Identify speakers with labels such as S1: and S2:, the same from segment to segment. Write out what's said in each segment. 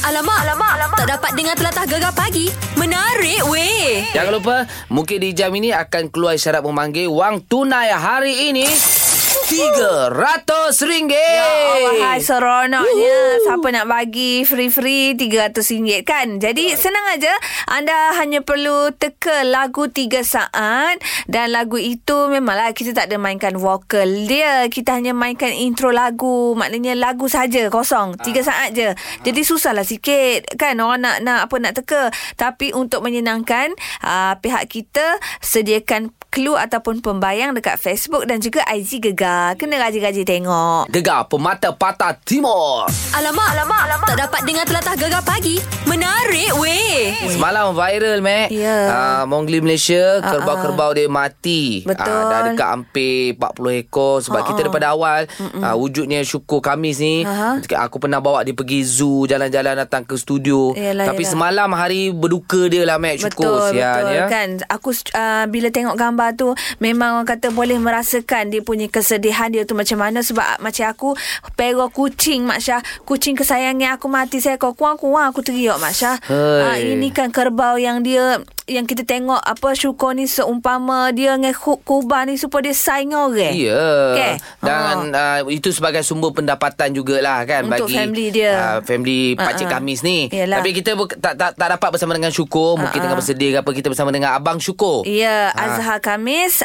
S1: Alamak, alamak, alamak. Tak dapat dengar telatah gegar pagi. Menarik weh.
S2: Jangan lupa, mungkin di jam ini akan keluar syarat memanggil wang tunai hari ini RM300. Ya
S3: Oh, Wahai seronoknya Siapa nak bagi free-free RM300 kan Jadi senang aja Anda hanya perlu teka lagu 3 saat Dan lagu itu memanglah kita tak ada mainkan vokal dia Kita hanya mainkan intro lagu Maknanya lagu saja kosong 3 saat je Jadi susahlah sikit kan Orang nak nak apa nak teka Tapi untuk menyenangkan uh, Pihak kita sediakan clue ataupun pembayang dekat Facebook dan juga IG Gegar. Kena rajin-rajin tengok.
S2: Gegar Pemata Patah Timur.
S1: Alamak, alamak, alamak. Tak dapat dengar telatah gegar pagi. Menarik weh.
S3: Hmm.
S2: Semalam viral, Mac.
S3: Ya. Ah,
S2: Ah, Mongli Malaysia, kerbau-kerbau dia mati.
S3: Betul.
S2: Ah, dah dekat hampir 40 ekor. Sebab kita daripada awal, ah, wujudnya syukur Kamis ni.
S3: Aha.
S2: Aku pernah bawa dia pergi zoo, jalan-jalan datang ke studio.
S3: Yalah, yalah.
S2: Tapi semalam hari berduka dia lah, Mac. Syukur.
S3: betul,
S2: sian,
S3: betul
S2: ya.
S3: kan. Aku uh, bila tengok gambar tu memang orang kata boleh merasakan dia punya kesedihan dia tu macam mana sebab macam aku perah kucing Mak Syah. Kucing kesayangan aku mati saya kau kuang-kuang aku teriak Mak Syah.
S2: Hei.
S3: Ah, ini kan kerbau yang dia yang kita tengok apa syukur ni seumpama dia dengan ku- kubah ni supaya dia saing orang.
S2: Ya.
S3: Okey.
S2: Dan uh, itu sebagai sumber pendapatan jugalah
S3: Oh.
S2: kan
S3: Untuk
S2: bagi
S3: family dia. Ha,
S2: Uh, family Pakcik
S3: Ha-ha.
S2: Kamis ni.
S3: Yalah.
S2: Tapi kita ber- tak, tak tak dapat bersama dengan Syukur, mungkin
S3: Ha-ha.
S2: tengah bersedih ke apa kita bersama dengan Abang Syukur.
S3: Ya, Azhar Kamis.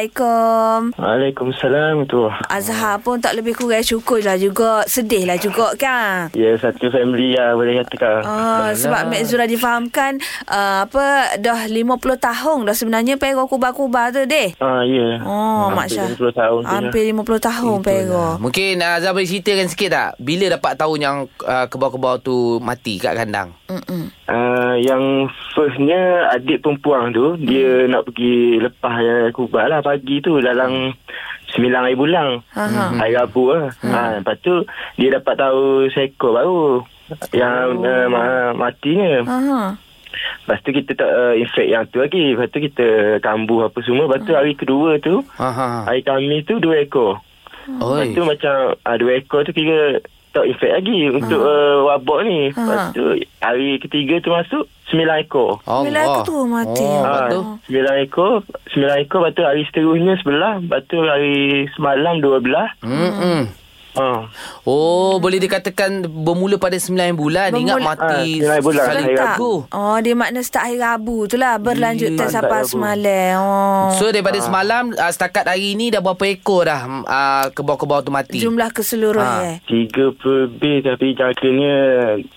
S3: Assalamualaikum.
S4: Waalaikumsalam tu.
S3: Azhar pun tak lebih kurang syukur lah juga. Sedih lah juga kan?
S4: Ya, satu family lah boleh kata kak.
S3: Ah, sebab Mek Zura difahamkan uh, apa dah 50 tahun dah sebenarnya perok kubar-kubar tu deh.
S4: Ah, ya.
S3: Oh, Mak Syah.
S4: Hampir 50 tahun tu. ya.
S3: Hampir 50 tahun perok.
S2: Mungkin uh, Azhar boleh ceritakan sikit tak bila dapat tahu yang uh, kebau-kebau tu mati kat kandang?
S3: Mm-mm.
S4: Ah, yang firstnya adik perempuan tu dia
S3: Hmm.
S4: nak pergi lepas yang kubah lah pagi tu dalam 9 hari bulan.
S3: Aha. Hmm.
S4: Hari Rabu lah. Ah, lepas tu dia dapat tahu seekor baru yang oh. uh, ma- matinya.
S3: Aha.
S4: Lepas tu kita tak uh, infect yang tu lagi. Lepas tu kita kambuh apa semua. Lepas
S3: Ah.
S4: tu hari kedua tu
S2: Ha ha.
S4: hari Khamis tu dua ekor.
S2: Oi.
S4: Lepas tu macam uh, dua ekor tu kira tak infek lagi untuk uh, wabak ni. Lepas
S3: Ha.
S4: tu hari ketiga tu masuk sembilan ekor.
S3: Bila aku tu mati. ya
S2: Oh, lepas
S4: Ah,
S2: tu?
S4: sembilan ekor, sembilan ekor lepas tu hari seterusnya sebelah, lepas tu hari semalam dua belah.
S2: Mm-mm.
S4: Ha.
S2: Oh, boleh dikatakan bermula pada 9 bulan. Ingat
S3: Hmm. Bermula-
S2: mati
S4: Ah, 9 bulan,
S2: sekali
S4: hari
S3: Tak.
S2: tu.
S3: Oh, dia makna start hari Rabu tu lah. Berlanjut
S2: Ye.
S3: yeah,
S4: Start
S3: sampai
S4: Rabu.
S3: semalam. Oh.
S2: So daripada
S4: Ah.
S2: ha. semalam uh, setakat hari ni dah berapa ekor dah uh, kebau-kebau tu mati?
S3: Jumlah keseluruhan.
S2: Ah.
S3: eh.
S4: Tiga lebih tapi jangkanya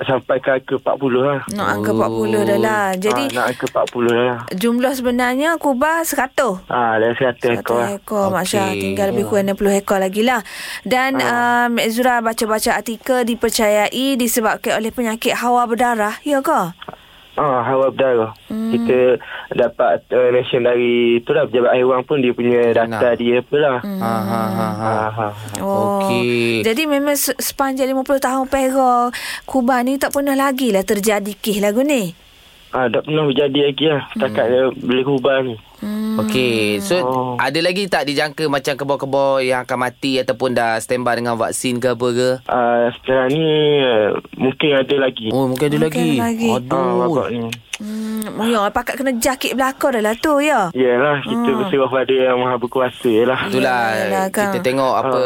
S4: sampai ke angka 40 lah.
S3: Nak angka
S2: Oh.
S3: 40 dah lah. Jadi
S4: ha, nak angka 40 lah.
S3: jumlah sebenarnya kubah 100.
S4: Ah, ha, dah 100 ekor
S3: Satu
S4: lah.
S3: ekor okay. Mak Syah
S2: Okey. Ah.
S3: Tinggal lebih kurang 60 ekor lagi lah Dan uh, Mek Zura baca-baca artikel Dipercayai disebabkan oleh penyakit hawa berdarah Ya ke?
S4: Ah, hawa berdarah. Hmm. Kita dapat uh, nation dari tu lah pejabat haiwan pun dia punya data
S2: Tenang.
S4: dia pula. Hmm.
S2: Ha ha ha. ha.
S4: Ah, ha.
S3: Oh.
S2: Okey.
S3: Jadi memang se- sepanjang 50 tahun Perak Kubah ni tak pernah lagi lah terjadi kih lagu ni
S4: Ah, tak pernah berjadi lagi lah. Setakat hmm. boleh kubah ni.
S3: Hmm,
S2: Okey. So
S4: Oh.
S2: ada lagi tak dijangka macam kebau-kebau yang akan mati ataupun dah standby dengan vaksin ke apa ke?
S4: Ah, sekarang ni uh, mungkin ada lagi.
S2: Oh, mungkin ada
S3: Mungkin
S2: lagi.
S3: ada lagi.
S4: Ah,
S2: Aduh.
S4: wabak ni.
S3: Hmm, ya, pakat kena jakit belakang dah lah tu ya.
S4: Yalah, kita
S2: Ah.
S4: berserah pada yang maha berkuasa lah.
S2: Itulah
S3: Yalah, kan.
S2: kita tengok apa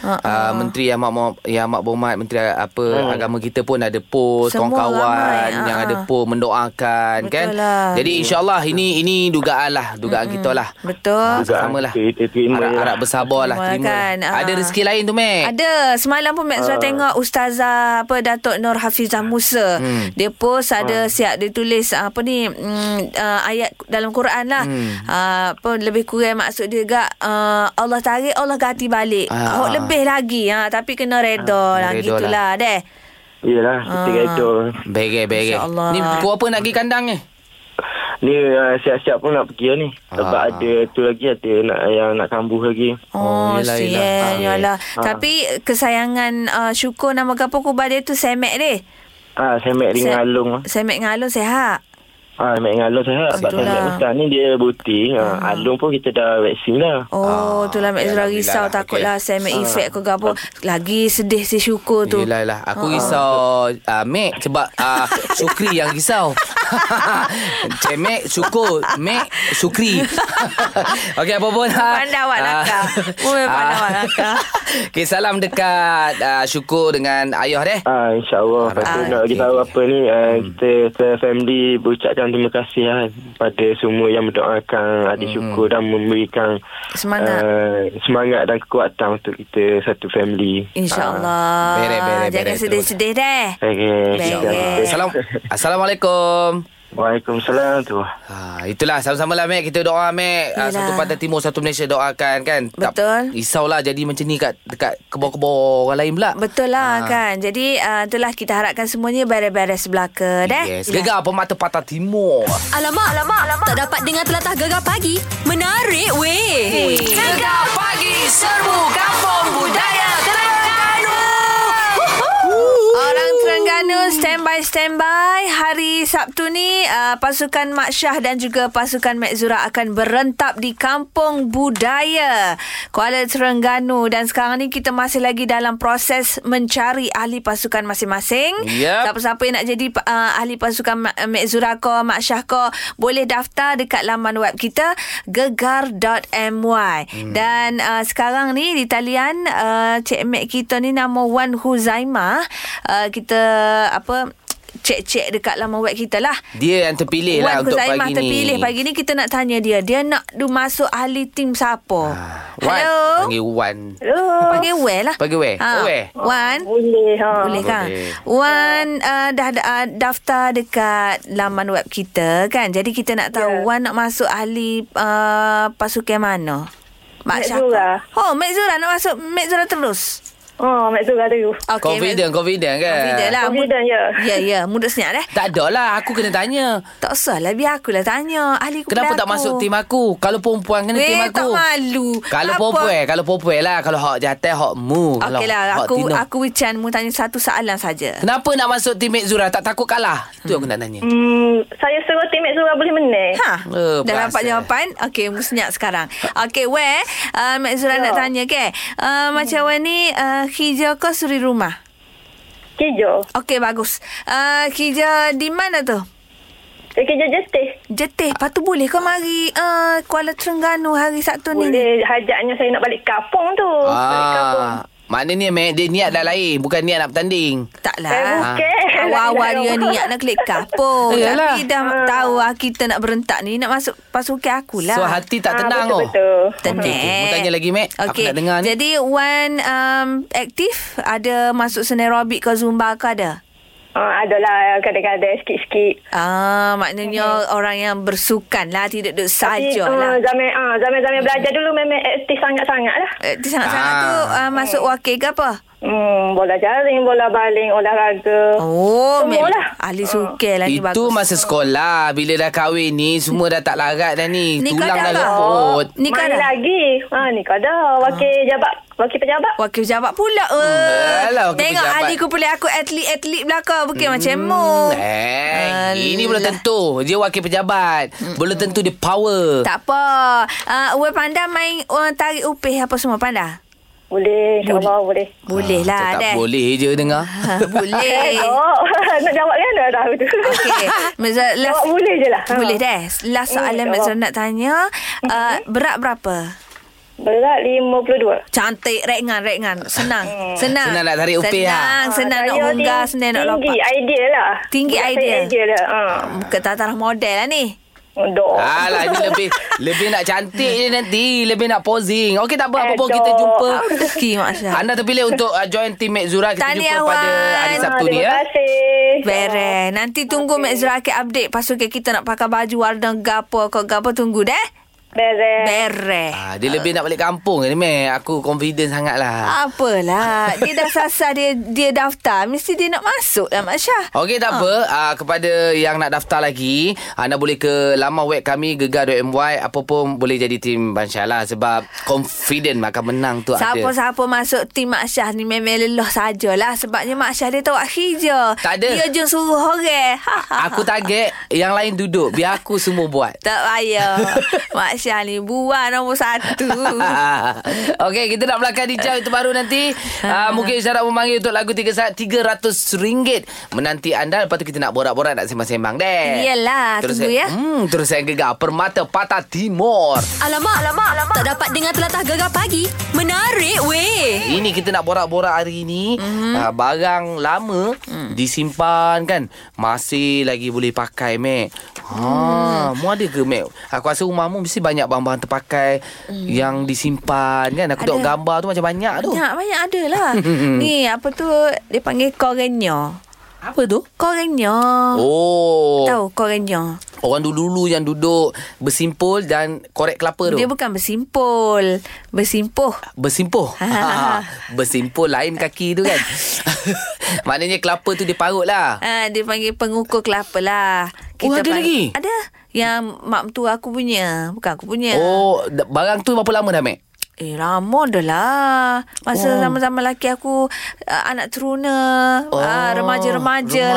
S3: Ha,
S2: uh,
S3: ha.
S2: uh, menteri yang amat Mo- yang amat berhormat menteri apa
S4: Hmm.
S2: uh. agama kita pun ada post
S3: Semua
S2: kawan-kawan
S3: ramai,
S2: yang
S3: ha,
S2: ada
S3: ha.
S2: post mendoakan
S3: Betul
S2: kan.
S3: lah.
S2: Jadi insyaallah ini ini dugaan lah dugaan hmm. kita lah.
S3: Betul
S4: Hmm. Dugaan
S2: Sama lah.
S4: kita terima
S2: Harap,
S4: lah.
S2: harap bersabar lah.
S3: Terima
S2: Terima
S3: kan,
S2: lah.
S3: ah.
S2: Ada rezeki lain tu, Mac.
S3: Ada semalam pun Mek Zura uh. tengok ustazah apa Datuk Nur Hafizah Musa. Hmm. Dia post ada uh. siap dia tulis ah, apa ni mm, uh, ayat dalam Quran lah. Hmm. Uh, apa lebih kurang maksud dia gak uh, Allah tarik Allah ganti balik.
S2: Ah.
S3: Uh. Oh, lebih lagi ha tapi kena reda uh. lah
S2: Reda
S3: gitulah deh.
S4: Yalah, kita
S3: Ah.
S4: reda.
S2: Begai, begai.
S3: InsyaAllah.
S2: Ni pukul apa nak pergi kandang ni?
S4: Ni uh, siap-siap pun nak pergi lah ni. Sebab
S2: Ah.
S4: ada tu lagi, ada nak, yang nak kambuh lagi.
S3: Oh,
S2: Oh, yelah,
S3: sial
S2: yelah. Ah.
S3: yalah.
S4: Ah.
S3: Tapi kesayangan uh, syukur nama gapo kubah dia tu Semek dia.
S4: Ah, semek dengan
S3: Se-
S4: alung lah.
S3: Semek dengan Alung sehat.
S4: Ha, Mek Ngalong sangat. Sebab
S3: Itulah.
S4: Mek Ustaz ni dia buti. Ha, Alung pun kita dah vaksin dah.
S3: Oh,
S2: Ah,
S3: tu lah Mek Zura
S2: Alhamdulillah
S3: risau
S2: lah.
S3: takutlah okay. saya make effect ke apa. Lagi sedih si syukur tu.
S2: Yelah lah Aku
S3: Ha,
S2: risau uh, Mek Sebab uh, Syukri yang risau Cik Mek Syukur Mek Syukri Okey apa pun ah,
S3: Pandai awak
S2: ah,
S3: nakal. Oh, pandai awak
S2: ah,
S3: nakal.
S2: Okey salam dekat uh, Syukur dengan eh. Ayah deh
S4: Ah, InsyaAllah Lepas tu
S2: Ah,
S4: nak
S2: okey,
S4: bagi tahu
S2: okey.
S4: apa ni ah,
S3: Hmm.
S4: Kita se- family Berucapkan terima kasih lah Pada semua yang mendoakan Adik syukur dan memberikan
S3: Hmm. Semangat.
S4: ah, Semangat dan kekuatan Untuk kita satu family
S3: InsyaAllah.
S2: Ah. Beres, beres,
S3: Jangan
S2: beres.
S3: sedih-sedih deh.
S4: Ah, Okay
S3: Baik.
S2: Ya Salam Assalamualaikum
S4: Waalaikumsalam tu
S2: Ha, itulah sama-sama lah Mek Kita doa Mek
S3: Yelah.
S2: ha, Satu Pantai Timur Satu Malaysia doakan kan
S3: Betul.
S2: tak, Risaulah jadi macam ni kat, Dekat kebor-kebor orang lain pula
S3: Betul lah
S2: Ah.
S3: kan. Jadi uh, itulah kita harapkan semuanya beres-beres belaka deh.
S2: Yes Gegar pemata patah timur
S1: Alamak, alamak, alamak. Tak dapat dengar telatah gegar pagi. Menarik weh. Gegar pagi serbu kampung budaya Terengganu.
S3: Orang Terengganu stand by stand by hari Sabtu ni uh, pasukan Mak Syah dan juga pasukan Mak Zura akan berentap di Kampung Budaya Kuala Terengganu dan sekarang ni kita masih lagi dalam proses mencari ahli pasukan masing-masing.
S2: Yep.
S3: Siapa-siapa yang nak jadi uh, ahli pasukan Mak, Mak Zura ko, Mak Syah ko, boleh daftar dekat laman web kita gegar.my. Hmm. Dan uh, sekarang ni di talian uh, cik mek kita ni nama Wan Huzaimah. Uh, kita apa cek-cek dekat laman web kita lah.
S2: Dia yang terpilih
S3: Wan
S2: lah Untuk
S3: Huzaimah
S2: pagi
S3: terpilih
S2: ni
S3: pagi ni kita nak tanya dia. Dia nak du masuk ahli tim siapa?
S2: Wan
S3: Hello.
S2: Panggil Wan
S5: Hello.
S3: Panggil Wan lah.
S2: Ah. Panggil Wan ha. Wan
S3: Wan.
S5: Boleh ha.
S3: Boleh kan?
S2: Boleh.
S3: Wan uh, dah uh, daftar dekat laman web kita kan. Jadi kita nak tahu yeah.
S5: Ya.
S3: Wan nak masuk ahli uh, pasukan mana?
S5: Mek
S3: Syakir.
S5: Zura.
S3: Oh, Mek Zura nak masuk Mek Zura terus.
S5: Oh, Mak Zura dulu.
S3: Okey.
S2: Confident Confident kan
S3: Confident lah.
S5: Confident, ya.
S3: Ya, ya. Mudah senyap eh.
S2: Tak ada lah Aku kena tanya
S3: Tak usah lah. Biar akulah tanya. Ahli aku
S2: Kenapa tak masuk tim aku Kalau perempuan kena tim
S3: Weh,
S2: aku
S3: tak malu.
S2: Kalau
S3: Apa?
S2: perempuan Kalau perempuan lah Kalau hak jatah Hak mu Kalau
S3: Okey lah.
S2: hak
S3: Aku,
S2: tino.
S3: aku Wican mu tanya satu soalan saja.
S2: Kenapa nak masuk teammate Zura? Tak takut kalah? Itu yang aku nak tanya.
S5: Hmm, saya suruh teammate Zura boleh menang.
S3: Ha.
S2: Eh,
S3: dah
S2: berasa.
S3: dapat jawapan. Okey, musnyak sekarang. Okey, weh, uh, Mak Zura
S5: Ya.
S3: nak tanya ke? Uh, macam awak ni uh, hijau ke suri rumah?
S5: Kijo.
S3: Okey, bagus. Uh, hijau di mana tu?
S5: Saya kerja justice.
S3: Jetih. Lepas tu boleh ke mari uh, Kuala Terengganu hari Sabtu ni?
S5: Boleh hajatnya saya nak balik kampung tu. Balik kampung.
S2: Ah, maknanya Mek, dia niat dah lain. Bukan niat nak bertanding.
S5: Eh,
S3: Taklah.
S5: bukan.
S3: Ah. Awal-awal dia niat nak klik kapur.
S2: Yalah.
S3: Tapi dah tahu ah, kita nak berentak ni nak masuk pasukan lah. akulah.
S2: So, hati
S5: Ah,
S2: tak tenang
S5: betul,
S2: oh.
S5: betul.
S3: Tenang.
S2: Okey, okey. Mu tanya lagi, Mek. Aku
S3: Okey.
S2: nak dengar ni.
S3: Jadi, Wan um, aktif? Ada masuk seni aerobik ke Zumba ke ada?
S5: Ah, adalah kadang-kadang sikit-sikit.
S3: Ah, maknanya orang yang bersukan lah. Tidak duduk
S5: Tapi,
S3: saja
S5: ah,
S3: lah. Hmm.
S5: zaman ah, zaman-zaman belajar dulu memang aktif sangat-sangat lah.
S3: Aktif sangat-sangat
S2: Ah.
S3: tu uh, masuk wakil ke apa?
S5: Hmm, bola jaring, bola baling, olahraga.
S3: Oh, memang
S5: Semua lah.
S3: ahli sukan lah ni bagus.
S2: Itu masa sekolah. Bila dah kahwin ni, semua dah tak larat dah ni.
S3: Nikah
S2: Tulang
S3: dah
S2: dah
S3: tak?
S2: repot.
S3: Ni
S5: Mana
S3: kadang
S5: lagi? Ha, ni kadang. Wakil
S3: Ah.
S5: jabat. Wakil pejabat.
S3: Wakil pejabat pula. Eh.
S2: alah, lah wakil
S3: Tengok
S2: pejabat. Hmm.
S3: ahli kumpulan aku atlet-atlet belakang. Bukan macam mu.
S2: Eh, ini
S3: Oh. Alah.
S2: belum tentu. Dia wakil pejabat. Belum tentu dia power.
S3: Tak apa. Uh, Uwe pandai main uh, tarik upih apa semua pandai?
S5: Boleh. InsyaAllah boleh.
S3: Boleh lah.
S2: Tetap
S3: deh.
S2: Ah, boleh je dengar.
S3: Ha, boleh.
S5: Oh, nak jawab kan dah tahu tu.
S3: eh. Okey. Mak Zul, last
S5: Jawab boleh je lah. Ha.
S3: Boleh deh. Last soalan
S5: Hmm,
S3: Mak Zul
S5: jawab.
S3: nak tanya,
S5: Mm-hmm.
S3: uh, berat berapa?
S5: Berat 52.
S3: Cantik, rengan, rengan. Senang. Senang.
S2: Senang nak tarik upih,
S3: Senang,
S2: ha?
S3: senang nak
S5: Eh. Ah, Saya
S3: hunggah,
S5: ting-
S3: senang nak
S5: Tinggi,
S3: lompat.
S5: idea lah.
S3: Tinggi
S5: Berat saya
S3: idea. Ah.
S5: Idea lah. Ha.
S3: Bukan taraf model lah ni.
S5: Dok.
S2: Alah ini lebih lebih nak cantik je nanti, lebih nak posing. Okey tak apa apa pun
S5: Aduh.
S2: kita jumpa.
S3: Rezeki Mak Syah.
S2: Anda terpilih untuk uh, join team Mek Zura kita
S3: Tahniah,
S2: jumpa pada
S3: Wan.
S2: hari
S5: Ah,
S2: Sabtu ni
S5: Terima
S2: ya.
S5: kasih.
S3: Beres.
S5: Eh.
S3: Nanti tunggu Mak Zura akan update. Pasukan kita nak pakai baju warna gapo. Kau gapo tunggu deh.
S5: Beres.
S3: Bereh.
S2: Ah, dia lebih nak balik kampung ni, Mek. Aku confident
S3: Ah,
S2: sangat lah.
S3: Apalah. Dia dah sasar dia dia daftar. Mesti dia nak masuk lah Mak Syah.
S2: Okey tak apa uh, kepada yang nak daftar lagi anda boleh ke laman web kami gegar.my apa pun boleh jadi tim Bansyah lah sebab confident akan menang tu ada.
S3: Siapa-siapa masuk tim Mak Syah ni memang lelah sajalah. Sebabnya Mak Syah dia tawak hija.
S2: Tak ada.
S3: Dia je suruh orang. Ha, ha, ha.
S2: Aku target yang lain duduk biar aku semua buat.
S3: Tak payah. Mak Syah ni buah nombor satu. Uh.
S2: Okey, kita nak belakang bincang itu baru nanti. Uh, mungkin syarat memanggil untuk lagu 3 saat RM300 menanti anda. Lepas tu kita nak borak-borak, nak sembang-sembang deh.
S3: Iyalah, tunggu ya.
S2: Hmm, terus saya gegar Permata Patah Timur.
S1: Alamak, alamak, alamak. Tak dapat dengar telatah gegar pagi. Menarik weh.
S2: Ini kita nak borak-borak hari ini
S3: Mhm.
S2: mm-hmm. uh, Barang lama
S3: Hmm.
S2: Disimpan kan Masih lagi boleh pakai Mac
S3: Hmm.
S2: Ha, mu ada ke Mac? Aku rasa rumahmu mesti banyak barang-barang terpakai Yang disimpan kan Aku tengok
S3: Hmm. Ada.
S2: gambar tu macam banyak tu
S3: Banyak, banyak ada lah. ni, apa tu, dia panggil korenya.
S2: Apa tu?
S3: Korenya.
S2: Oh
S3: Tahu korenya?
S2: Orang dulu-dulu yang duduk Bersimpul dan korek kelapa tu
S3: Dia bukan bersimpul. Bersimpuh.
S2: Bersimpuh ha, Bersimpuh lain kaki tu kan Maknanya kelapa tu dia parut lah
S3: Ah, dia panggil pengukur kelapa lah.
S2: Oh, ada lagi?
S3: Ada. Yang mak mentua aku punya. Bukan aku punya.
S2: Oh, da- barang tu berapa lama dah, Mac?
S3: Eh, lama dah lah. Masa
S2: Oh.
S3: zaman-zaman lelaki aku, ah, anak teruna, ah, remaja-remaja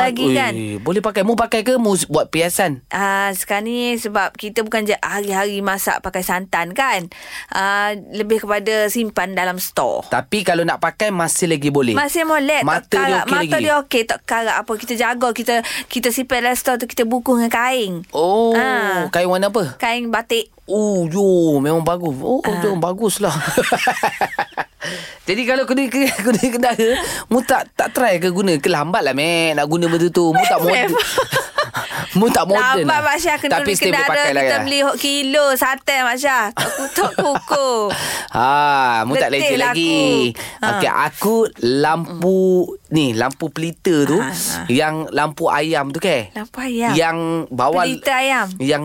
S2: remaj-
S3: lagi
S2: Oh, Ui,
S3: kan.
S2: Boleh pakai. Mu pakai ke mu s- buat perhiasan?
S3: Ah, sekarang ni sebab kita bukan je hari-hari masak pakai santan kan. Ah, lebih kepada simpan dalam stor.
S2: Tapi kalau nak pakai masih lagi boleh.
S3: Masih molek
S2: Eh, Mata
S3: tak
S2: dia
S3: karat.
S2: okey
S3: mata
S2: lagi.
S3: dia okey tak karat apa kita jaga kita kita simpan dalam stor tu kita buku dengan kain.
S2: Oh,
S3: Ah.
S2: kain warna apa?
S3: Kain batik.
S2: Oh, yo, memang bagus. Oh,
S3: Ah.
S2: yo, baguslah. Jadi kalau kena kena kendara, mu tak tak try ke guna ke lambat lah, Mac. Nak guna benda tu. Mu tak moden. mu tak moden.
S3: Lambat Mak Syah kena beli
S2: lah. still boleh
S3: kedara
S2: pakai lah
S3: Kita
S2: kan?
S3: beli hok kilo Sate Mak Syah Tak kutuk kuku
S2: Ha, mu tak
S3: Letih
S2: leceh
S3: lah
S2: lagi.
S3: aku. Ha. Mm.
S2: Okey, aku lampu ni, lampu pelita tu
S3: Ha, ha.
S2: yang lampu ayam tu ke?
S3: Lampu ayam.
S2: Yang bawah
S3: Pelita ayam.
S2: Yang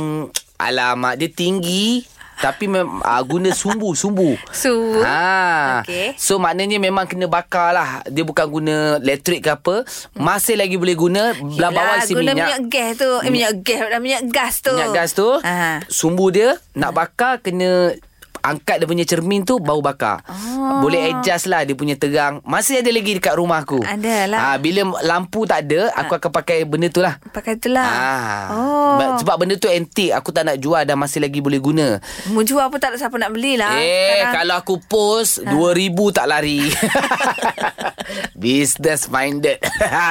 S2: alamak dia tinggi tapi mem, uh, guna sumbu-sumbu.
S3: Sumbu.
S2: Ha.
S3: Okey.
S2: So maknanya memang kena bakar lah. Dia bukan guna elektrik ke apa. Masih lagi boleh guna. Belah bawah
S3: Mm. Yelah,
S2: isi
S3: Lah, Guna
S2: Lah, minyak.
S3: minyak gas tu eh, Minyak gas pula, Minyak gas tu
S2: Minyak gas tu
S3: ha.
S2: Sumbu dia Nak bakar Kena Angkat dia punya cermin tu Baru bakar oh. Boleh adjust lah Dia punya terang Masih ada lagi dekat rumah aku
S3: Ada lah.
S2: ha, Bila lampu tak ada Aku akan pakai benda tu lah
S3: Pakai tu lah
S2: Ah,
S3: Oh
S2: Ba- Sebab benda tu antik Aku tak nak jual Dan masih lagi boleh guna
S3: Mu jual pun tak ada siapa nak beli lah
S2: Eh
S3: Sekarang. Ah.
S2: Kalau aku post Dua ribu tak lari Business minded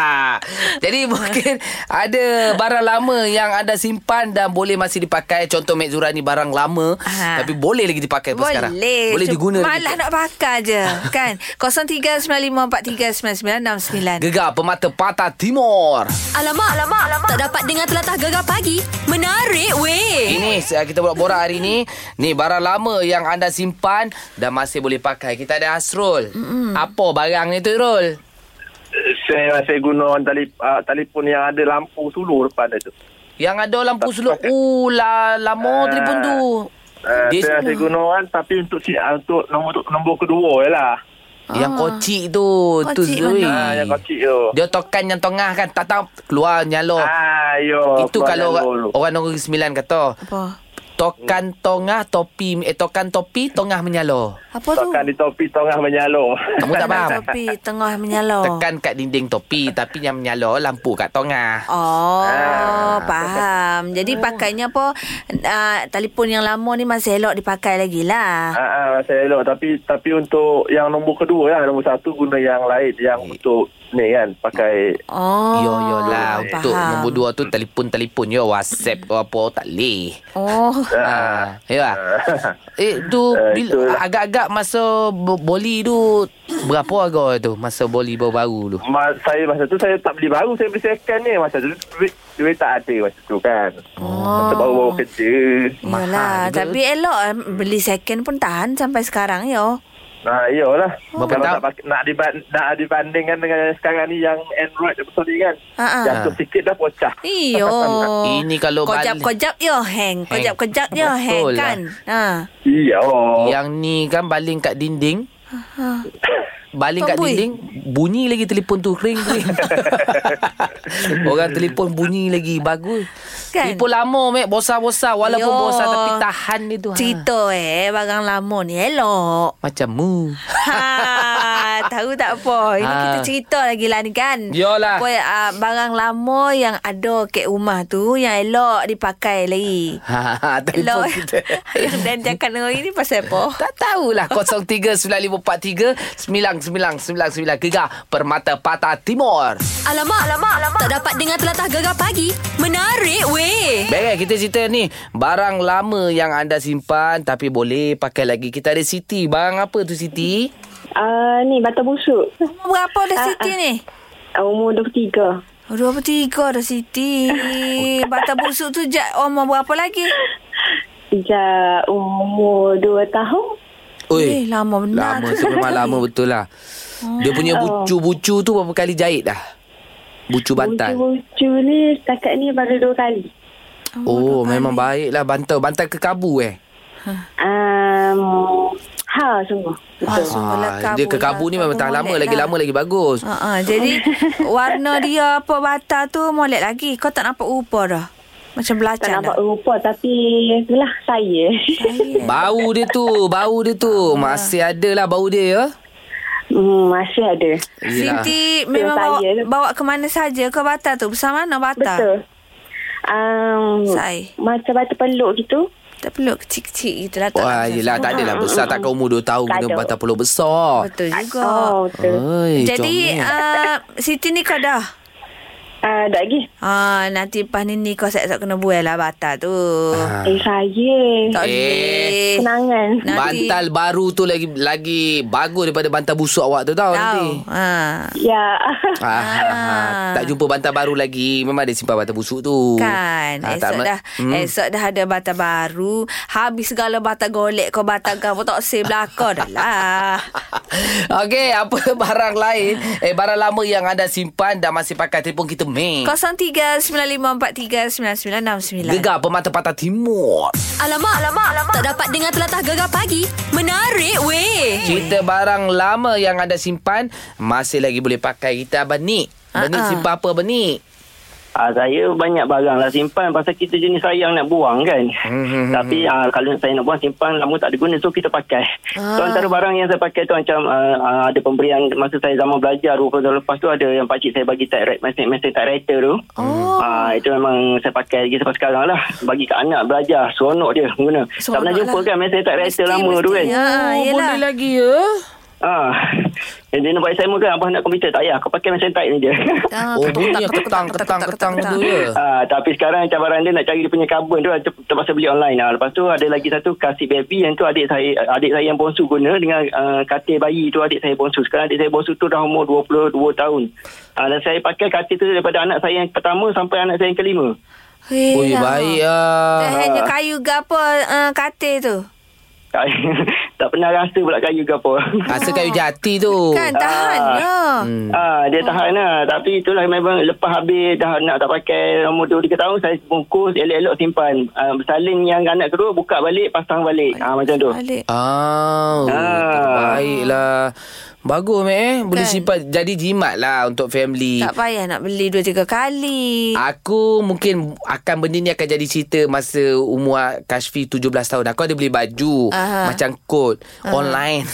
S2: Jadi
S3: Ah.
S2: mungkin Ada barang lama Yang anda simpan Dan boleh masih dipakai Contoh Mek Zura ni Barang lama
S3: Ha.
S2: Tapi boleh lagi dipakai pun
S3: boleh.
S2: sekarang Boleh
S3: Cuma
S2: diguna
S3: Malah
S2: lagi
S3: nak bakar je Kan 0395439969
S2: Gegar Pemata Patah Timur
S1: Alamak, alamak, alamak. Tak dapat dengar telatah gegar pagi. Menarik weh.
S2: Ini se- kita borak-borak hari ni Ni barang lama yang anda simpan Dan masih boleh pakai Kita ada Asrul Apa barang ni tu Rul?
S4: Saya saya guna orang tali, uh, telefon yang ada lampu sulu depan dia tu.
S2: Yang ada lampu selok Uh la, lama uh,
S4: Ah,
S2: telefon tu
S4: Uh,
S2: Dia sulu.
S4: saya, saya guna orang tapi untuk si, ah, untuk nombor untuk nombor kedua je lah.
S2: Yang kocik tu Tu
S3: Ah. Kocik
S2: Zui
S3: mana?
S4: Ha, yang kecil tu.
S2: Hmm. Dia tokan yang tengah kan Tak tahu Keluar nyalo
S4: Ah, yo.
S2: Itu
S4: keluar
S2: kalau
S4: dah
S2: orang,
S4: dulu.
S2: orang Negeri Sembilan kata
S3: Apa
S2: Tokan tongah topi Eh tokan topi tongah menyalo
S3: Apa tu
S4: Tokan di topi tengah menyala.
S2: Kamu tak faham
S3: Tapi tengah menyalau
S2: Tekan kat dinding topi Tapi yang menyalo Lampu kat tongah
S3: Oh,
S4: Ah.
S3: faham. Jadi pakainya apa? Uh, telefon yang lama ni masih elok dipakai lagi lah.
S4: Ah, ah, saya elok tapi tapi untuk yang nombor kedua lah nombor satu guna yang lain yang
S2: Hmm.
S4: untuk ni kan pakai
S3: Oh.
S2: Yo yo lah Untuk
S3: faham.
S2: nombor dua tu Telefon-telefon Yo whatsapp ke apa Tak boleh
S3: Oh.
S2: Ah, ya. Eh tu
S4: Ah, itu.
S2: bila, agak-agak masa bo- boli tu berapa harga tu masa boli baru-baru tu?
S4: Ma, saya masa tu saya tak beli baru saya beli second ni masa tu duit, duit tak ada masa tu kan
S2: Oh.
S4: masa baru-baru kerja
S2: Mahal
S3: Yalah,
S2: juga.
S3: tapi elok eh, beli second pun tahan sampai sekarang yo.
S4: Ha, iyalah.
S2: Oh. Berapa
S4: Kalau
S2: tahun?
S4: nak, pakai- nak, diban, nak dibandingkan dengan sekarang ni yang Android yang betul ni kan.
S3: Ha,
S2: Ah.
S3: ha.
S2: Ya.
S4: Jatuh sikit dah pocah.
S3: Iyo.
S2: Ini kalau balik-
S3: kojap-kojap je hang. Kojap-kojap je
S2: Betul
S3: hang
S2: lah.
S3: kan. Ha.
S4: Iya.
S6: Oh.
S2: Yang ni kan baling kat dinding. Baling kat
S3: Tomboi.
S2: dinding Bunyi lagi telefon tu Ring ring Orang telefon bunyi lagi Bagus
S3: Kan?
S2: kan? Telefon lama mek Bosan-bosan Walaupun
S3: Yo.
S2: bosan Tapi tahan dia tu ha.
S3: Cerita eh barang lama ni elok.
S2: Macam mu
S3: Ha, tahu tak apa. Ini
S2: Ha.
S3: kita cerita lagi lah ni kan.
S2: Yolah.
S3: Apa, uh, barang lama yang ada kat rumah tu yang elok dipakai lagi.
S2: Ha,
S3: Elok.
S2: telefon kita.
S3: yang dan cakap dengan ini pasal apa?
S2: Tak tahulah 0395439999 Gegar Permata Patah Timur.
S1: Alamak, alamak, alamak. Tak dapat dengar telatah gegar pagi. Menarik weh.
S2: Baiklah kita cerita ni Barang lama yang anda simpan Tapi boleh pakai lagi Kita ada Siti Barang apa tu Siti?
S5: Ah, ni batal busuk.
S3: Umur Berapa dah Siti ni?
S5: Ah, umur 23.
S3: Dua puluh tiga dah Siti. Batal busuk tu jak umur berapa lagi?
S5: Sejak umur 2 tahun.
S3: Eh, lama Oh. benar.
S2: Lama tu memang lama betul lah Dia punya bucu-bucu tu berapa kali jahit dah? Bucu Bantal
S5: Bucu-bucu ni setakat ni baru 2 kali.
S2: Oh memang baiklah Bantal Bantal ke kabu eh
S5: Um, ha, semua.
S3: Ah,
S5: Betul.
S3: sungguhlah
S2: Ah, Dia ke kabu ni
S3: lah.
S2: memang tak lama
S3: molek
S2: Lagi
S3: lah.
S2: lama lagi bagus
S3: Ha ah, jadi warna dia apa batal tu molek lagi. Kau tak nampak rupa dah. Macam
S5: Tak
S3: belacan
S5: nampak
S3: dah.
S5: rupa tapi itulah saya.
S2: Bau dia tu Bau dia
S5: Ah.
S2: tu Masih ada lah bau dia ya
S5: hmm, masih ada.
S2: Yelah.
S3: Siti
S5: Betul
S3: memang bawa,
S5: saya tu.
S3: bawa ke mana saja ke batal tu? Bersama mana batal?
S5: Betul. Um,
S3: Sai.
S5: macam batu peluk gitu.
S3: Tak perlu kecil-kecil gitu lah. tak
S2: Wah
S3: nak
S2: yelah tak adalah besar Takkan umur 2 tahun
S5: Tak
S2: Kena
S5: ada.
S2: bantal peluh besar
S3: Betul juga.
S5: Oh, betul.
S2: Oi,
S3: Jadi
S2: comel.
S3: uh, Siti ni kau dah
S5: Ah, dah lagi.
S3: Ah, nanti lepas ni ni kau siap-siap kena buai lah batal tu.
S2: Ah.
S5: Eh, saya.
S3: Tak
S2: Eh.
S3: boleh.
S5: Kenangan.
S3: Nanti-
S2: Bantal baru tu lagi lagi bagus daripada bantal busuk awak tu tau
S3: Tahu.
S2: nanti.
S3: Ha.
S5: Ya.
S2: Ah, ah. Tak jumpa bantal baru lagi Memang ada simpan bantal busuk tu
S3: Kan
S2: Ah,
S3: Esok
S2: ma-
S3: dah Esok dah ada batal baru Habis segala batal golek Kau batal gapo Tak say belakang dah lah
S2: Okey Apa barang lain Eh barang lama yang anda simpan Dan masih pakai telefon kita Mei
S3: 0395439969
S2: Gegar Pemata Patah Timur
S1: Alamak, alamak, alamak. Tak dapat dengar telatah gegar pagi. Menarik weh.
S2: Cerita barang lama yang anda simpan Masih lagi boleh pakai Kita Abang Nik Abang Nik
S3: Ah, ah.
S2: simpan apa Abang Nik?
S6: Ah saya banyak barang lah simpan pasal kita jenis sayang nak buang kan.
S2: Hmm, hmm,
S6: Tapi ah, kalau saya nak buang simpan lama tak ada guna so kita pakai. So
S3: Ah.
S6: antara barang yang saya pakai tu macam ah, ah, ada pemberian masa saya zaman belajar 20 tahun lepas tu ada yang pakcik saya bagi type write mesin mesin type writer tu.
S3: Oh.
S6: Ah itu memang saya pakai lagi sampai sekarang lah bagi kat anak belajar seronok dia guna. tak
S3: Seronok
S6: pernah jumpa
S3: lah.
S6: kan mesin type
S3: Mesti,
S6: writer lama tu
S3: mesti.
S6: kan.
S3: Ya,
S1: Oh,
S3: yelah.
S2: Oh,
S1: lah.
S2: boleh lagi ya?
S6: Ah. Yang dia nampak saya kan abah nak komputer tak payah kau pakai mesin type ni je.
S3: Ah,
S2: Oh,
S3: ketuk,
S2: bunyi yang
S3: ketuk,
S2: ketang,
S3: ketuk,
S2: ketang,
S3: ketuk,
S2: ketang
S3: ketuk,
S2: tu
S3: ketuk.
S2: ya?
S6: Ah, tapi sekarang cabaran dia nak cari dia punya carbon tu lah. ter- terpaksa beli online lah. Lepas tu ada lagi satu kasih baby yang tu adik saya adik saya yang bonsu guna dengan uh, katil bayi tu adik saya bonsu. Sekarang adik saya bonsu tu dah umur 22 tahun. Ah, dan saya pakai katil tu daripada anak saya yang pertama sampai anak saya yang kelima.
S3: Weh,
S2: Ui
S3: lah.
S2: baik ah.
S3: Dah hanya kayu gapo uh, katil tu.
S6: Tak, tak pernah rasa pula kayu ke apa.
S2: Rasa kayu jati tu
S3: Kan tahan
S6: Ah.
S3: ya.
S6: Hmm. Ah, dia tahan lah. Tapi itulah memang lepas habis dah nak tak pakai umur 2-3 tahun, saya bungkus elok-elok simpan. Ah, bersalin yang anak kedua, buka balik, pasang balik. Ah, macam tu.
S3: Balik.
S2: Ah,
S6: Ah.
S2: Baiklah Bagus meh eh? Boleh
S3: Kan?
S2: simpan Jadi jimat lah Untuk family
S3: Tak payah nak beli dua tiga kali.
S2: Ah, Aku mungkin akan benda ni akan jadi cerita masa umur Kashfi 17 tahun. Aku ada beli baju
S3: Aha.
S2: macam kot online.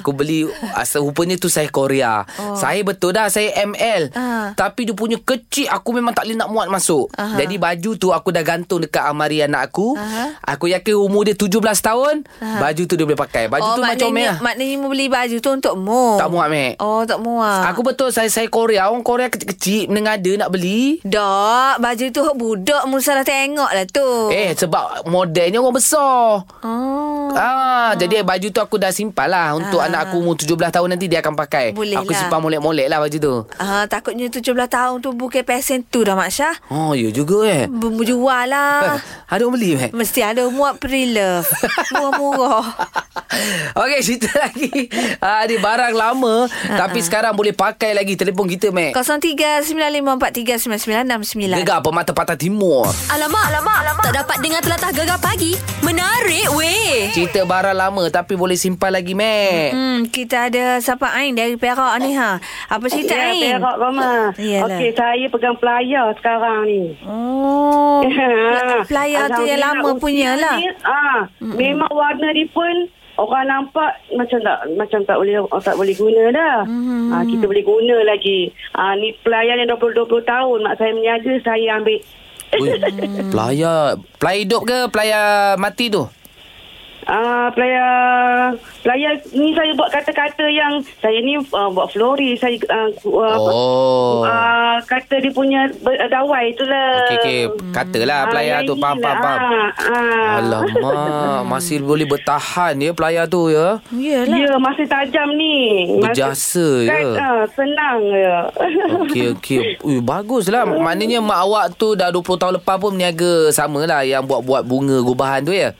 S2: Aku beli asal rupanya tu saya Korea.
S3: Oh.
S2: Saya betul dah saya ML.
S3: Ah.
S2: Tapi dia punya kecil aku memang tak boleh nak muat masuk. Jadi baju tu aku dah gantung dekat amari anak aku.
S3: Aha.
S2: Aku yakin umur dia 17 tahun, baju tu dia boleh pakai. Baju tu macam
S3: Oh, maknanya,
S2: meh.
S3: maknanya mu beli baju tu untuk mu. mu.
S2: Tak muat, Mek.
S3: Oh, tak muat.
S2: Aku betul saya saya Korea. Orang Korea kecil-kecil menengada nak beli.
S3: Dok, baju tu hok budak mu salah tengok lah tu.
S2: Eh sebab modelnya orang besar.
S3: Oh.
S2: Ah, jadi baju tu aku dah simpan lah Untuk
S3: Ah.
S2: anak aku umur 17 tahun nanti Dia akan pakai
S3: Boleh
S2: Aku
S3: lah.
S2: simpan molek-molek lah baju tu
S3: Ah, takutnya 17 tahun tu bukan pesen tu dah Mak Syah.
S2: Oh ya juga eh
S3: Berjual lah.
S2: Ada orang beli meh
S3: Mesti ada muat pre-love. Murah-murah.
S2: Okey cerita lagi ah, Ada barang lama
S3: Ah,
S2: Tapi sekarang boleh pakai lagi Telefon kita meh
S3: 0395439969.
S2: Gegar pemata patah timur
S1: Alamak, alamak, alamak. Tak dapat dengar telatah gegar pagi. Menarik weh.
S2: Cerita barang lama Tapi boleh simpan lagi meh
S3: Hmm, kita ada siapa Ain dari Perak ni ha. Apa cerita
S5: Ya,
S3: Ain?
S5: perak Roma.
S3: Yalah.
S5: Okey, saya pegang pelayar sekarang ni.
S3: Oh.
S5: Ha.
S3: Pelayar tu yang
S5: Alhamdulillah,
S3: lama
S5: usia
S3: punya lah.
S5: dia, Ah, memang warna dia pun orang nampak macam tak macam tak boleh tak boleh guna dah. Mm-hmm. Ah, kita boleh guna lagi. Ah, ni pelayar yang 20 20 tahun mak saya menjaga saya ambil
S2: Ui, Pelayar Pelayar hidup ke Pelayar mati tu
S5: Ah, pelayar pelayar ni saya buat kata-kata yang saya ni uh, buat flori saya uh, uh,
S2: Oh
S5: Uh, kata dia punya ber- dawai tu lah.
S2: Okey okey katalah
S5: Ah,
S2: pelayar
S5: yang
S2: tu faham faham
S5: inilah.
S2: faham.
S5: Ah, ah.
S2: Alamak masih boleh bertahan ya pelayar tu ya.
S3: Yelah.
S5: Ya, masih tajam ni.
S2: Berjasa
S5: masih,
S2: je.
S5: Kan, ah, senang je.
S2: Okey okey. Ui baguslah. Maknanya mak awak tu dah 20 tahun lepas pun berniaga samalah yang buat-buat bunga gubahan tu ya.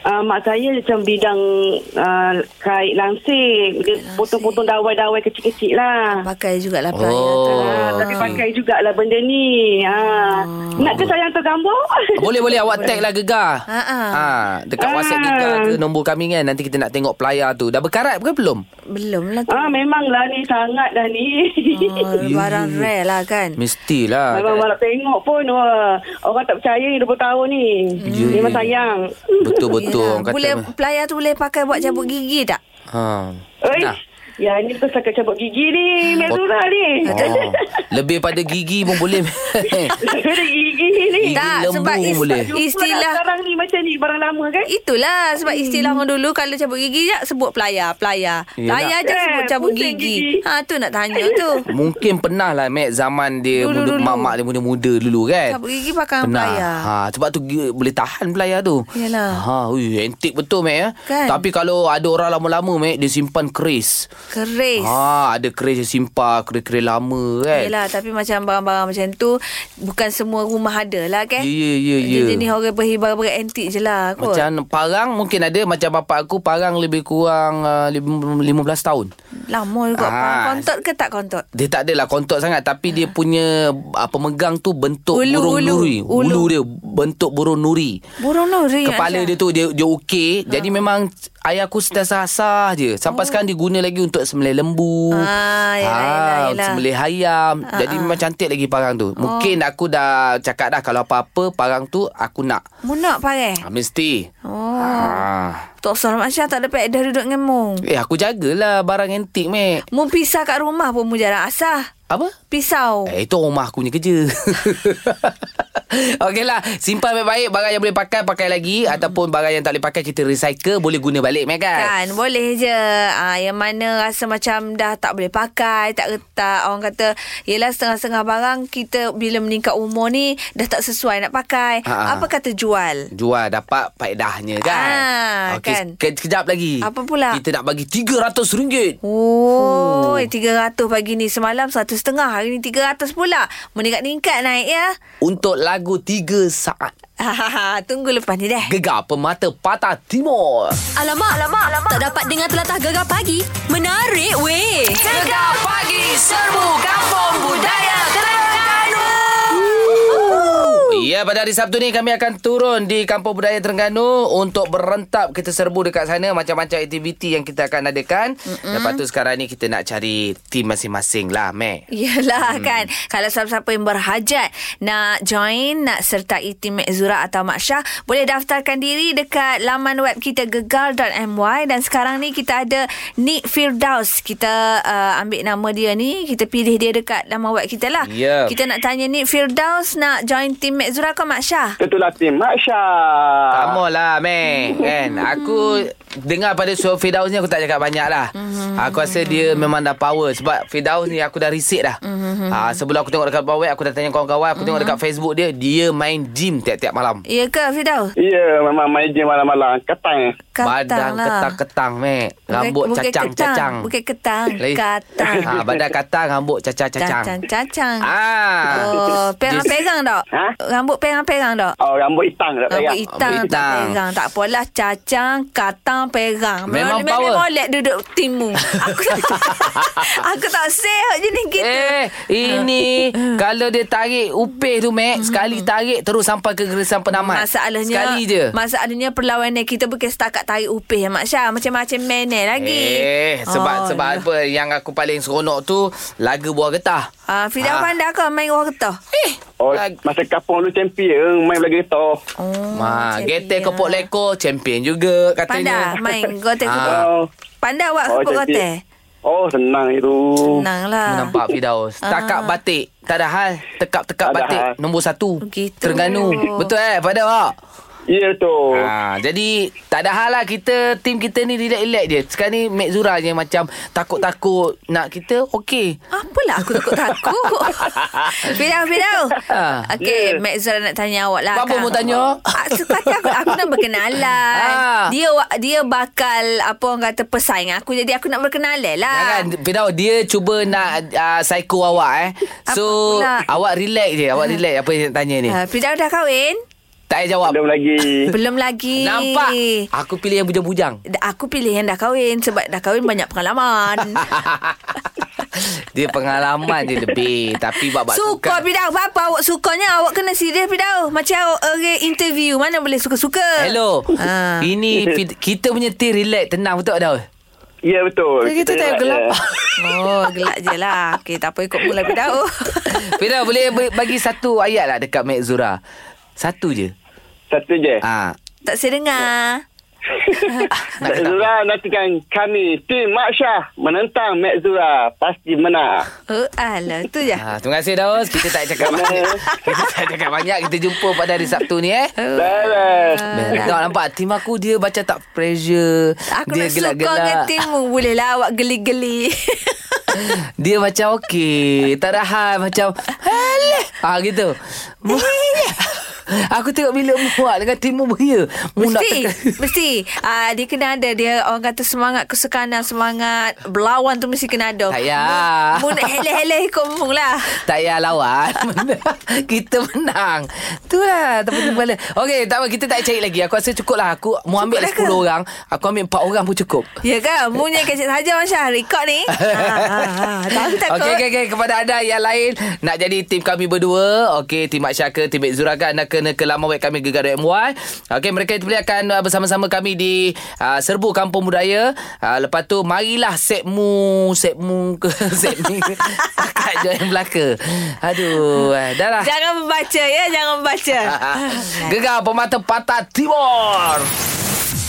S5: Ah, mak saya macam bidang ah, kait langsir. Dia potong-potong dawai-dawai kecil-kecil lah.
S3: Pakai jugalah pelayar tu.
S2: Oh.
S5: Ah, tapi pakai jugalah benda ni. Ah. Nak ke saya hantar gambar?
S2: Oh. Boleh boleh awak tag lah gegar.
S3: Ha, ha.
S2: Ha dekat WhatsApp
S5: Ah.
S2: gegar ke nombor kami kan nanti kita nak tengok pelayar tu. Dah berkarat ke belum?
S3: Belum lah tu.
S5: ah, memanglah ni sangat dah ni.
S2: Ya,
S3: Oh, barang rare lah kan.
S2: Mestilah.
S5: Abang malah tengok pun wah, Orang tak percaya ni 20 tahun ni
S2: Ya,
S5: yeah. Memang
S2: ya.
S5: sayang
S2: Betul-betul orang kata.
S3: boleh pelayar tu boleh pakai buat cabut gigi tak?
S2: Ha.
S5: Oi,
S2: Nah.
S5: Ya ni bukan setakat cabut gigi ni Mek
S2: Pot-
S5: Zura ni
S2: Oh. Lebih pada gigi pun boleh.
S5: Ada gigi ni
S2: Gigi
S3: Tak,
S2: lembu
S3: sebab
S2: pun
S3: is-
S2: boleh.
S5: Jumpa dah
S3: Istilah-
S5: Sekarang ni macam ni Barang lama kan
S3: Itulah sebab istilah orang dulu kalau cabut gigi tak sebut pelayar, pelayar.
S2: Yelah.
S3: Pelayar je
S5: Eh,
S3: sebut cabut
S5: pusing
S3: gigi.
S5: gigi.
S3: Ha tu nak tanya tu.
S2: Mungkin pernah lah Mac Zaman dia
S3: Dulu,
S2: dulu,
S3: dulu.
S2: Mak-mak dia muda-muda dulu kan
S3: Cabut gigi pakai
S2: Pernah
S3: pelayar.
S2: ha, Sebab tu gi- boleh tahan pelayar tu
S3: Yalah.
S2: ha, ui, Antik betul Mac ya
S3: Kan?
S2: Tapi kalau ada orang lama-lama Mac Dia simpan keris
S3: Keris.
S2: ha, Ada keris yang simpan Keris-keris lama kan
S3: Yelah tapi macam barang-barang macam tu bukan semua rumah ada lah kan.
S2: Ya, ya, ya, ya.
S3: Jenis orang pergi barang-barang antik je lah kot.
S2: Macam parang mungkin ada Macam bapak aku parang lebih kurang uh, lim- 15 tahun
S3: Lama juga.
S2: Ah.
S3: Ha. Kontot ke tak kontot?
S2: dia tak adalah kontot sangat tapi dia punya uh, pemegang tu bentuk
S3: Ulu,
S2: burung
S3: ulu.
S2: nuri.
S3: Ulu.
S2: Ulu dia bentuk burung nuri.
S3: Burung nuri.
S2: Kepala dia tu dia dia okey. Jadi memang ayah aku sentiasa asah je. Sampai Ah. oh. ya, sekarang dia guna lagi untuk sembelih lembu.
S3: Ah, yelah, yelah, yelah.
S2: sembelih ayam. Jadi memang cantik lagi parang tu. Mungkin aku dah cakap dah kalau apa-apa parang tu aku nak.
S3: Munak pakai?
S2: Ah, mesti.
S3: Oh.
S2: Ah.
S3: Tak usah lah, Masya tak ada faedah duduk dengan mu.
S2: Eh aku jagalah barang antik mek.
S3: Mu pisau kat rumah pun mu jarang asah.
S2: Apa?
S3: Pisau.
S2: Eh, itu rumah aku punya kerja. Okeylah, simpan baik-baik barang yang boleh pakai pakai lagi hmm. ataupun barang yang tak boleh pakai kita recycle boleh guna balik Mek kan.
S3: Kan boleh je ha, Yang mana rasa macam Dah tak boleh pakai Tak retak Orang kata Yelah setengah-setengah barang Kita bila meningkat umur ni Dah tak sesuai nak pakai
S2: Ha, ha.
S3: Apa kata jual
S2: Jual dapat faedahnya kan.
S3: Ah,
S2: Okey,
S3: kan.
S2: ke- sekejap lagi.
S3: Apa pula?
S2: Kita nak bagi RM300.
S3: Oh, RM300 pagi ni Semalam RM1.5 Hari ni RM300 pula Meningkat-ningkat naik ya
S2: Untuk lagu 3 saat
S3: Hahaha, Tunggu lepas ni deh
S2: Gegar Pemata Patah Timur
S1: Alamak, alamak, alamak. Tak dapat dengar telatah gegar pagi. Menarik weh. Gegar pagi serbu kampung budaya Terengganu.
S2: Ya, pada hari Sabtu ni kami akan turun di Kampung Budaya Terengganu untuk berentap kita serbu dekat sana macam-macam aktiviti yang kita akan adakan. Mm-mm. Lepas tu sekarang ni kita nak cari tim masing-masing lah, Mek.
S3: Yelah hmm. kan Kalau siapa-siapa yang berhajat Nak join Nak sertai tim Mek Zura atau Mak Syah Boleh daftarkan diri Dekat laman web kita Gegar.my Dan sekarang ni kita ada Nick Firdaus Kita uh, ambil nama dia ni Kita pilih dia dekat laman web kita lah
S2: Ya.
S3: Kita nak tanya Nick Firdaus Nak join tim Mek Zura kenalkan Mak Syah?
S6: Ketua Latin Mak Syah
S3: Ah.
S2: Kamu lah, meh. kan? Aku dengar pada suara Firdaus ni aku tak cakap banyak lah.
S3: Mhm.
S2: Aku rasa dia memang dah power. Sebab Firdaus ni aku dah reset dah.
S3: Mhm.
S2: Ah, sebelum aku tengok dekat bawah, aku dah tanya kawan-kawan. Aku tengok dekat Facebook dia, dia main gym tiap-tiap malam.
S3: Ya ke Firdaus?
S6: Ya memang main je malam-malam Katang eh
S2: Badan ketang-ketang, meh. Rambut
S3: Bukan- bukan
S2: cacang-cacang.
S3: lah. ketang. Bukan ketang,
S2: Lain.
S3: katang.
S2: Ha, badan katang, rambut cacang-cacang.
S3: Cacang, cacang.
S2: Ah.
S3: Oh, perang-perang tak?
S6: Ha?
S3: Rambut perang-perang tak?
S6: Oh rambut hitam tak
S3: Rambut
S6: payah
S3: hitam,
S2: Rambut
S3: tak
S2: hitam.
S3: perang. Tak apalah, cacang, katang, perang. memang
S2: Memang power.
S3: Memang boleh duduk timu. Aku tak, aku tak sehat jenis gitu.
S2: Eh, ini kalau dia tarik upih tu, Mek, sekali tarik terus sampai ke gerisan penamat.
S3: Mm-hmm. Masalahnya
S2: Sekali je.
S3: Masalahnya perlawanan kita bukan setakat tarik upih Mak Syah. Macam-macam mana lagi.
S2: Eh, sebab oh, sebab
S3: ya.
S2: apa yang aku paling seronok tu lagu buah getah.
S3: Ah, Fidah
S2: Ah.
S3: pandai ke main orang getah?
S2: Eh,
S6: Oh
S2: lag-
S6: masa kapung dulu champion eh, Main belaga getah
S3: Oh,
S2: Ma,
S3: macam dia.
S2: getek kopok leko champion juga katanya.
S3: Pandai main gotek
S2: Ah.
S3: kepuk.
S6: Oh
S3: Pandai awak
S6: Oh,
S3: kepuk
S6: champion.
S3: gotek?
S6: Oh senang itu
S3: Senang lah.
S2: Nampak Fidaus Takap batik Tak ada hal Tekap-tekap
S6: Tak ada
S2: batik
S6: hal.
S2: Nombor satu
S3: Begitu. Oh.
S2: Terengganu Betul eh Pada awak
S6: Ya tu
S2: ha, Jadi Tak ada hal lah Kita Tim kita ni relax-relax je Sekarang ni Mek Zura je yang macam Takut-takut Nak kita Okey
S3: Apalah aku takut-takut. Firau, Firau.
S2: Ah.
S3: Okey,
S6: Ya.
S3: Mak Zura nak tanya awak lah.
S2: Apa
S3: Kang.
S2: mau tanya?
S3: Ah, Suka hati aku, aku nak berkenalan.
S2: Ah.
S3: Dia wa- dia bakal, apa orang kata, pesaing aku. Jadi aku nak berkenalan lah.
S2: Jangan Firdaus dia cuba nak uh, psycho awak eh. So
S3: Apa pula?
S2: awak relax je, awak relax apa yang nak tanya ni.
S3: Ah, Firau dah kahwin?
S2: Tak payah jawab.
S6: Belum lagi
S3: Belum lagi.
S2: Nampak? Aku pilih yang bujang-bujang.
S3: Da- Aku pilih yang dah kahwin sebab dah kahwin banyak pengalaman.
S2: dia pengalaman dia lebih tapi bab-bab
S3: suka
S2: sukan.
S3: Pidau Apa awak sukanya Awak kena serius Pidau Macam awak orang interview Mana boleh suka-suka
S2: Hello.
S3: Ah.
S2: Ini Fid- kita punya tea relax tenang betul tak Daud?
S6: Ya betul
S2: Kita tak payah
S6: nak- ya.
S2: gelap.
S3: Oh gelak je lah Okey tak apa ikut mula Pidau
S2: Fida boleh boleh bagi satu ayat lah dekat Mek Zura. Satu je.
S6: Satu je
S2: Ah.
S3: Tak saya dengar
S2: Nak kata apa?
S6: Zura nantikan kami Tim Mak Syah menentang Mat Zura pasti menang.
S3: Oh alah tu je
S2: Ah, terima kasih Daus. Kita tak cakap
S3: Ya.
S2: banyak. kita tak cakap banyak. Kita jumpa pada hari Sabtu ni eh.
S3: Oh,
S6: Beres.
S2: Ben, tengok nampak tim aku dia baca tak pressure.
S3: Aku
S2: dia
S3: nak suka dengan timu Boleh lah awak geli-geli
S2: Dia macam okey. Tak ada hal macam alah. Ah gitu. Mu- aku tengok bila muak dengan timu beria. Mu nak
S3: Mesti
S2: tekan.
S3: Mesti Ah Dia kena ada Dia orang kata semangat Kesukanan semangat Berlawan tu mesti kena ada
S2: Tak payah.
S3: Mu nak heleh-heleh Kau mu lah
S2: Tak payah lawan Kita menang Itulah Tepuk kepala Okey tak apa Kita tak cari lagi Aku rasa cukup lah Aku mau ambil
S3: Cukup dah ke?
S2: 10 orang Aku ambil 4 orang pun cukup
S3: Ya kan Mu ni kecil saja Masya Rekod ni ha, ha, ha. Tapi takut
S2: Okey, okey, okey. Kepada anda yang lain nak jadi tim kami berdua. Okey, tim Mak Syaka, tim Mek Zura kan anda kena ke laman web kami Gegar MY. Okey, mereka itu boleh akan uh, bersama-sama kami di uh, Serbu Kampung Budaya. Uh, lepas tu marilah setmu, setmu ke setmu. Takat je yang belaka. Aduh, eh, dah lah.
S3: Jangan membaca ya Jangan membaca
S2: Ah, Gegar Pemata Patah Timur.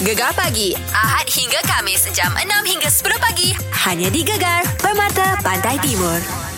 S1: Gegar pagi Ahad hingga Kamis jam 6 hingga 10 pagi hanya di Gegar Permata Pantai Timur.